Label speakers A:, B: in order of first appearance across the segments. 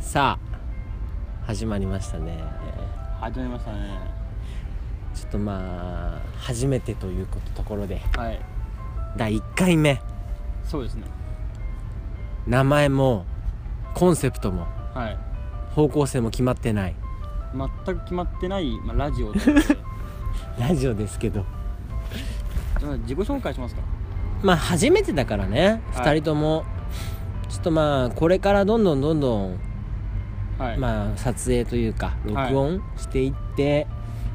A: さあ始まりましたね
B: 始めましたね
A: ちょっとまあ初めてということところで
B: はい
A: 第1回目
B: そうですね
A: 名前もコンセプトも
B: はい
A: 方向性も決まってない
B: 全く決まってない、まあ、ラジオとい うことで
A: ラジオですけど
B: じゃあ自己紹介しますか
A: まあ初めてだからね、
B: はい
A: 2人ともちょっとまあこれからどんどんどんどん、
B: はい、
A: まあ撮影というか録
B: はい
A: 音していって、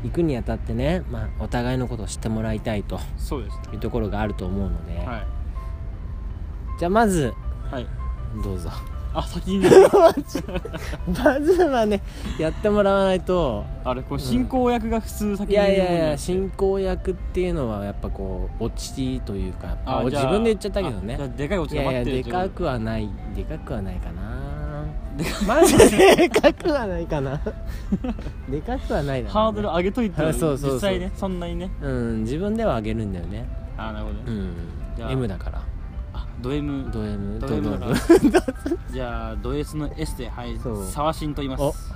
A: 行くにあたってね、まあ、お互いのことを知ってもらいたいと
B: そうですね
A: いうところがあると思うので、
B: は
A: じゃあまず
B: いはい
A: どうぞ
B: あ 先に言う
A: まずはねやってもらわないと
B: あれこう進行役が普通
A: い
B: 先に言
A: や
B: う
A: いやい
B: もんな
A: や進行役っていうのはやっぱこう落ちというか
B: あ
A: あ
B: じゃあ
A: 自分で言っちゃったけど
B: あ
A: ね
B: じゃあでかいオチ
A: い
B: が
A: やい
B: 待
A: や
B: ってる
A: でか
B: と
A: くはないでかくはないかな
B: いうことで
A: マジででかくはないかな でかくはないだろうね
B: ハードル上げといて
A: あ そうそうそう
B: 実際ねそんなにね
A: うん自分では上げるんだよね
B: あなるほどね、
A: うん
B: じゃあ
A: M だから
B: あド M
A: ド M
B: ド M だから
A: ド
B: じゃあド S の S ではい
A: そう
B: サワシンと言います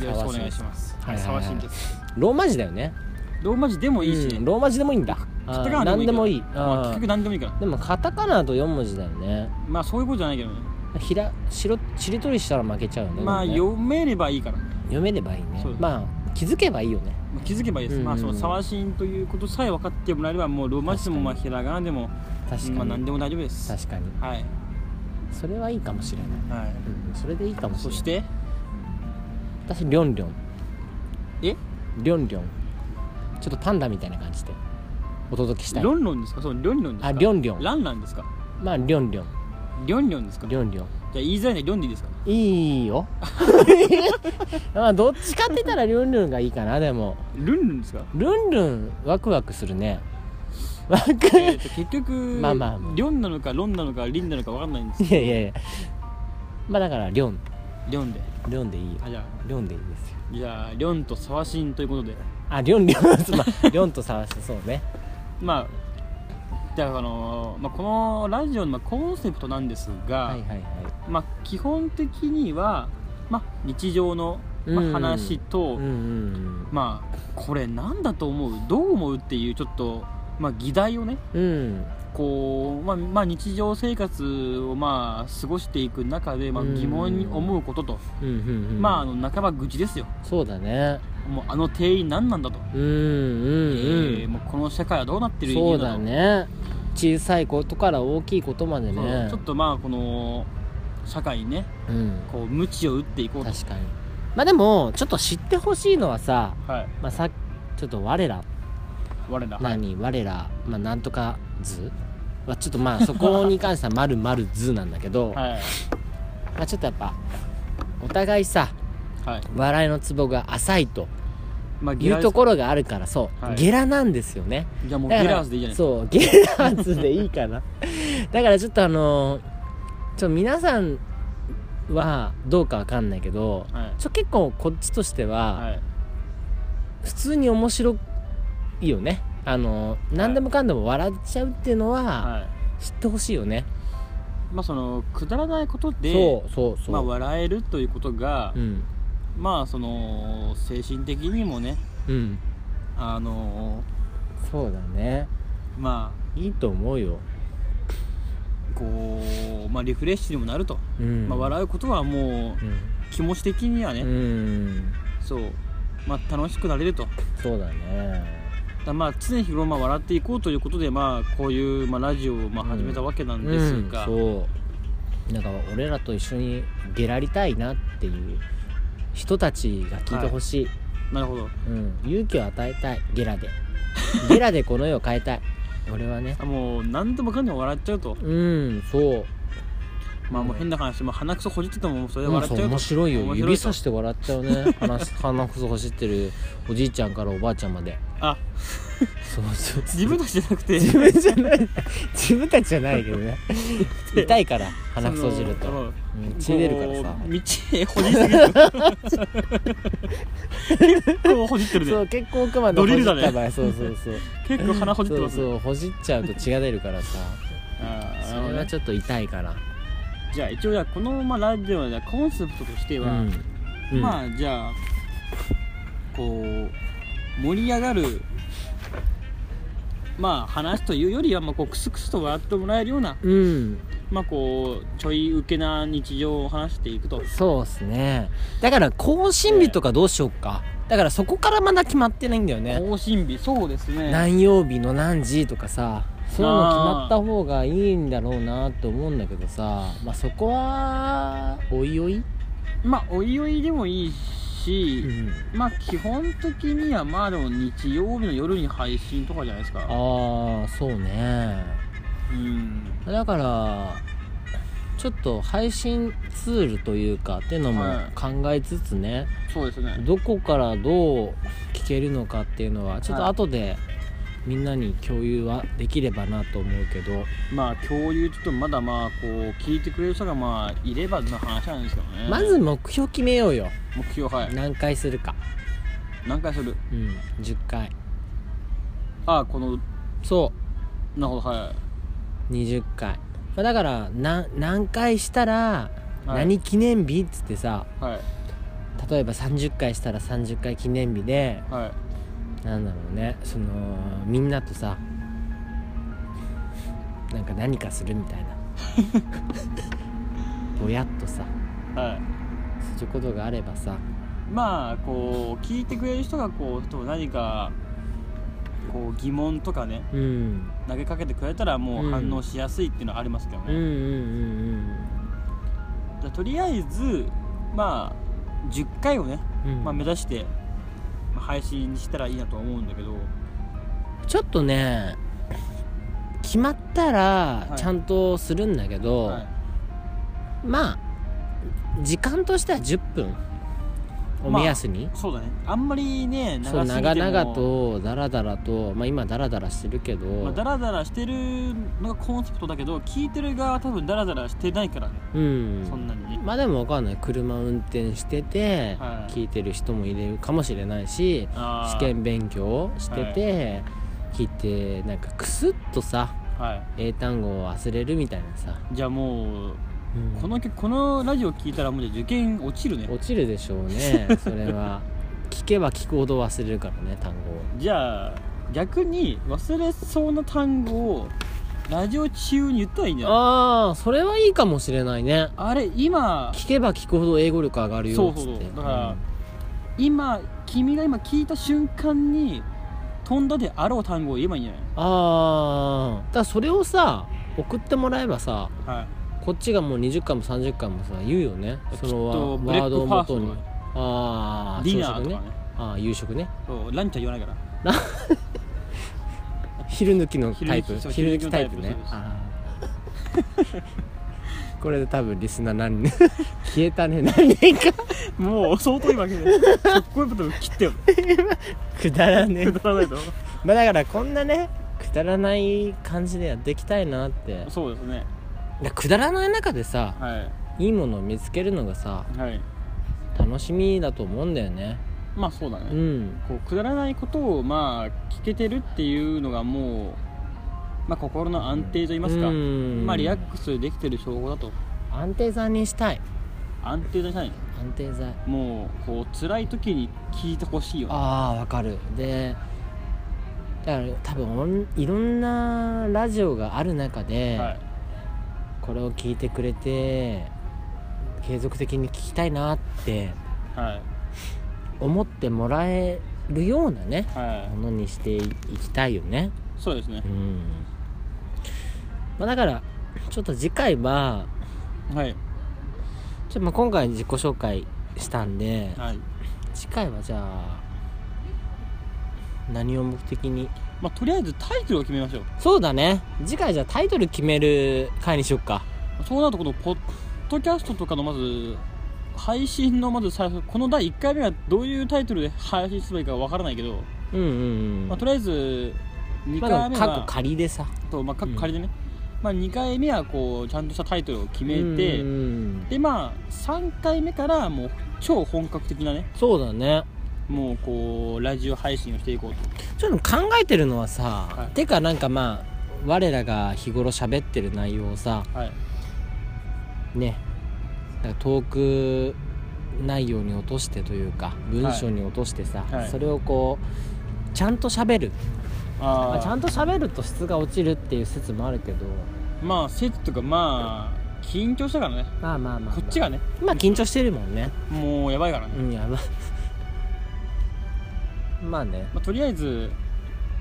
A: お
B: よろしくお願いします
A: サワシン
B: はい
A: はい
B: サ
A: はいは
B: ワ
A: い
B: シンです
A: ローマ字だよね
B: ローマ字でもいいしね、
A: うんローマ字でもいいんだ
B: カ
A: あ
B: タ
A: ー
B: カナ
A: 何でもいい
B: からまあ
A: あ
B: 結
A: ー
B: 局何でもいいから
A: でもカタカナだと4文字だよね
B: まあそういうことじゃないけどね
A: ひらしろしりとりしたら負けちゃうよね
B: まあ
A: でもね
B: 読めればいいから
A: 読めればいいね
B: そう
A: まあ気づけばいいよね
B: 気づけばいいです、
A: うんうん
B: まあそのサワシンということさえ分かってもらえればもうローマ字でもまあひらがなでも
A: 確かに、
B: まあ何でも大丈夫です
A: 確かに
B: はい、
A: それはいいかもしれない、
B: は
A: うん、それでいいかも
B: い、
A: しれ
B: そ
A: ない
B: して
A: 私りょんりょん
B: え
A: りょんりょんちょっとパンダみたいな感じでお届けしたい
B: ロンロンですかそうロンロンですか
A: ありょんりょん
B: ランランですか
A: まありょんりょん
B: リョンリョンですか
A: り
B: じゃ
A: ょんりょん
B: あ言いづらいねリョンでいいですか
A: いい よまあどっちかって言ったらルンルンがいいかなでも
B: ルンルンで すか
A: ルンルンワクワクするねワク
B: えーと結局
A: まあまあまあ
B: リョンなのかロンなのかリンなのか分かんないんです
A: いやいやいやまあだからりょん
B: リョンで
A: りょんでいいよ
B: あじゃ
A: りょんでいいですよ
B: あじゃあリョンとサワシンということで
A: ありょんりょんまありょんと探してそうね
B: まあじゃあ、あのまあ、このラジオのまあコンセプトなんですが、
A: はいはいはい
B: まあ、基本的には、まあ、日常の、ま
A: うん
B: あ、話と、
A: うんうん
B: まあ、これなんだと思うどう思うっていうちょっと、まあ、議題をね
A: うんうん
B: こう、まあまあ、日常生活を、まあ、過ごしていく中で、まあ、
A: うん
B: 疑問に思うことと、
A: うんうんうん
B: まあ、あの半ば愚痴ですよ
A: そうだね
B: もうあの店員何なんだと、
A: うんうんうん、
B: えーもうこの社会はどうなってる
A: そ
B: ん
A: うだね小さいことから大きいことまで
B: そう
A: ね
B: ちょっとまあこの社会にね
A: うん
B: こう鞭を打っていこうと
A: 確かにまあでもちょっと知ってほしいのはさ、
B: はい
A: まあ、さちょっと我ら
B: 我らはい
A: 何我ら、まあ、なんとか図はちょっとまあそこに関しては「まるまる図」なんだけ ど、
B: はい
A: まあ、ちょっとやっぱお互いさ
B: はい
A: 笑いのツボが浅いと
B: まあ
A: い
B: ゲラ
A: う
B: ーズ
A: ところがあるからそう、
B: はい
A: ゲラなんですよね
B: いやもうゲ
A: だから
B: ラーズでいいじゃないです
A: そう ゲラーズでいいかなだからちょっとあのーちょっと皆さんはどうかわかんないけど
B: かはい
A: ちょ結構こっちとしては
B: はい
A: 普通に面白いよねあのー何でもかんでも笑っちゃうっていうのは
B: はい
A: 知ってほしいよね、
B: まあそのくだらないことで
A: そうそうそう、
B: まあ笑えるということが
A: うん
B: まあその精神的にもね
A: うん
B: あの
A: そうだね
B: ま
A: いいと思うよ、
B: あこうまあリフレッシュにもなると
A: うん、
B: まあ笑うことはも
A: う
B: う気持ち的には
A: ん、う
B: ね
A: ん、
B: そうまあ楽しくなれると
A: そうだね
B: だからまあ常日頃まあ笑っていこうということでまあこういうまあラジオをまあ始めたわけなんですが、
A: うんそうなんか俺らと一緒に出られたいなっていう人たちが聞いてほしい、
B: なるほど
A: うん、勇気を与えたいゲラでゲラでこの世を変えた い俺はね
B: あもう何でもかんでも笑っちゃうと、
A: うんそう
B: まあもう変な話もう鼻くそほじっててももうそれで
A: うん
B: 笑っ
A: そ
B: ちゃ
A: う
B: うと
A: 面白いよ
B: 面白いと
A: 指さして笑っちゃうね鼻 鼻くそ走ってるおじいちゃんからおばあちゃんまで
B: あ
A: そうそう
B: 自分たちじゃなくて
A: 自分じゃない自分たちじゃないけどね痛いから 鼻くそじると
B: その
A: うん血出るからさ
B: こう道へほじりすぎる結構ほじってる
A: そ
B: で
A: う結構奥まで
B: ドリルだね
A: った場合、そうそう そう
B: 結構鼻ほじって
A: そう
B: ますね
A: そうほじっちゃうと血が出るからさ
B: あー
A: それはちょっと痛いから
B: じゃあ一応じゃあこのまあラジオのコンセプトとして
A: う
B: は、
A: んうん
B: まあじゃあこう盛り上がるまあ話というよりはまあこうクスクスと笑ってもらえるような
A: うん
B: まあこうちょい受けな日常を話していくと
A: そうですねだから更新日とかどうしようかだからそこからまだ決まってないんだよね
B: 更新日そうですね
A: 何曜日の何時とかさそういうの決まった方がいいんだろうなと思うんだけどさまあそこはおいおい、
B: まあおいおいでもいいし、
A: ん、
B: まあ基本的にはまあでも日曜日の夜に配信とかじゃないですか
A: ああそうね
B: うん
A: だからちょっと配信ツールというかっていうのも
B: はい
A: 考えつつね、
B: そうですね
A: どこからどう聞けるのかっていうのはちょっと
B: はい
A: 後でみんなに共有はできればなと思うけど、
B: まあ共有ちょっとまだまあこう聞いてくれる人がまあいればの話なんですけどね
A: まず目標決めようよ
B: 目標はい
A: 何回するか、
B: 何回する
A: うん、10回
B: ああこの
A: そ
B: なるほどは
A: う20回、まあ、だからな何回したら
B: はい
A: 何記念日っつってさ、
B: いはい
A: 例えば30回したら30回記念日で
B: はい
A: なんだろうねそのみんなとさなんか何かするみ たいなぼやっとさ
B: はい
A: することがあればさ
B: まあこう聞いてくれる人がこうと何かこう疑問とかね
A: うん
B: 投げかけてくれたらも
A: うん
B: う反応しやすいっていうのはありますけど
A: うんうんう
B: ね、
A: ん
B: じゃあとりあえずまあ10回をね、
A: うんうん
B: まあ、目指してまあ配信したらいいなとは思うんだけど
A: ちょっとね決まったら
B: はい
A: ちゃんとするんだけど、
B: はい
A: まあ時間としては10分を目安に、
B: そうだねあんまりね
A: そう
B: 長すぎても
A: 長々とダラダラとまあ今ダラダラしてるけど、
B: まあ、ダラダラしてるのがコンセプトだけど聞いてる側は多分ダラダラしてないからね、
A: うん
B: そんなにね
A: まあでも分かんない車運転してて、
B: はい
A: 聞いてる人もいるかもしれないし
B: あー
A: 試験勉強してて、聞いてなんかクスッとさ
B: は
A: 英単語を忘れるみたいなさ、
B: いじゃあもう
A: うん
B: この曲このラジオ聞いたらもうじゃあ受験落ちるね
A: 落ちるでしょう ねそれは聞けば聞くほど忘れるからね単語を
B: じゃあ逆に忘れそうな単語をラジオ中に言ったらいいんじゃない
A: ああそれはいいかもしれないね
B: あれ今
A: 聞けば聞くほど英語力上がる
B: そ
A: よ
B: う
A: っつ
B: そ
A: っ
B: うそ
A: て
B: うだから今君が今聞いた瞬間に飛んだであろう単語を言えばいいんじゃ
A: ああだからそれをさ送ってもらえばさ
B: ないはい
A: こっちがもう20回も30回もさ言うよねそのワ
B: きっとブ
A: ワ
B: レ
A: ー
B: ッ
A: ドを
B: クファ
A: も
B: ースト
A: とに
B: とか
A: ああ
B: ディナーとかね
A: ああ夕食ね
B: そうランチは言わないから
A: 昼抜きのタイプ
B: 昼抜きそう
A: 昼抜きタイプ
B: 昼抜
A: ね
B: きのタイプ
A: あー これで多分リスナー何人 消えたね何人か
B: もう相当いいわけ でかっこいいこと切 ってよ
A: くだらねえ
B: くだらないと
A: まあだからこんなねくだらない感じでやっていきたいなって
B: そうですね
A: だくだらない中でさ
B: はい
A: いものを見つけるのがさ
B: いはい
A: 楽しみだと思うんだよね
B: まあそうだ
A: う
B: ね、
A: ん
B: こうくだらないことをまあ聞けてるっていうのがもう、まあ、心の安定といいますか、
A: うん
B: まあリラックスできてる証拠だと
A: 安定剤にしたい
B: 安定じゃない
A: 安定剤
B: もうこう辛い時に聞いてほしいよね
A: ああわかるでだから多分オンいろんなラジオがある中で、
B: はい
A: これを聞いてくれて継続的に聞きたいなって
B: はい
A: 思ってもらえるようなね
B: は
A: ものにしていきたいよね
B: いそうですね
A: うん、まあ、だからちょっと次回は
B: は
A: ちょ
B: い
A: っとまあ今回自己紹介したんで
B: はい
A: 次回はじゃあ何を目的に
B: まあとりあえずタイトルを決めましょう
A: そうだね次回じゃあタイトル決める回にしよっか
B: そうなるとこのポッドキャストとかのまず配信のまず最初この第1回目はどういうタイトルで配信すればいいかわからないけど、
A: うんうんうん
B: まあ、と
A: り
B: りあえず2
A: ま
B: 回
A: あ、
B: 目
A: 過去
B: は、
A: 仮でさ
B: とまあ、各仮でね、まあ、2回目はこうちゃんとしたタイトルを決めて、
A: うんうん
B: でまあ3回目からもう超本格的なね
A: そうだね
B: もうこうラジオ配信をしていこうと
A: ちょっと考えてるのはさ、
B: はい
A: てかなんかまあ我らが日頃喋ってる内容をさ
B: はい
A: ねなんか遠く内容に落としてというか文章に落としてさ、
B: はい
A: それをこうちゃんと喋る、ま
B: あ
A: あ、ちゃん
B: と
A: と喋ると質が落ちるっていう説もあるけど
B: まあ説とかまあ緊張したからね
A: まあまあまあ、まあ、
B: こっちがね
A: まあ緊張してるもんね
B: もうやばいからね、
A: うんやばまあ ね
B: まあ、とりあえず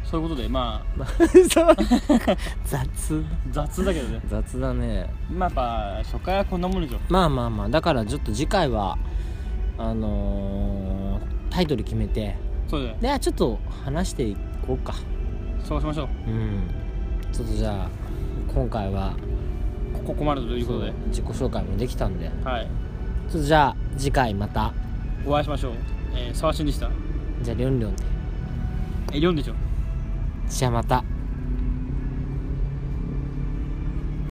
B: そういうことでまあ
A: まあそう 雑
B: 雑だけどね
A: 雑だね
B: まあやっぱ初回はこんなもんでしょ
A: まあまあまあだからちょっと次回はあのータイトル決めて
B: そうだよ
A: でちょっと話していこうか
B: そうしましょう
A: うんちょっとじゃあ今回は
B: こここまでということで
A: そう自己紹介もできたんで
B: はい
A: ちょっとじゃあ次回また
B: お会いしましょうえー、沢新でした
A: じゃありょんりょんで
B: えー、4でしょ
A: じゃあまた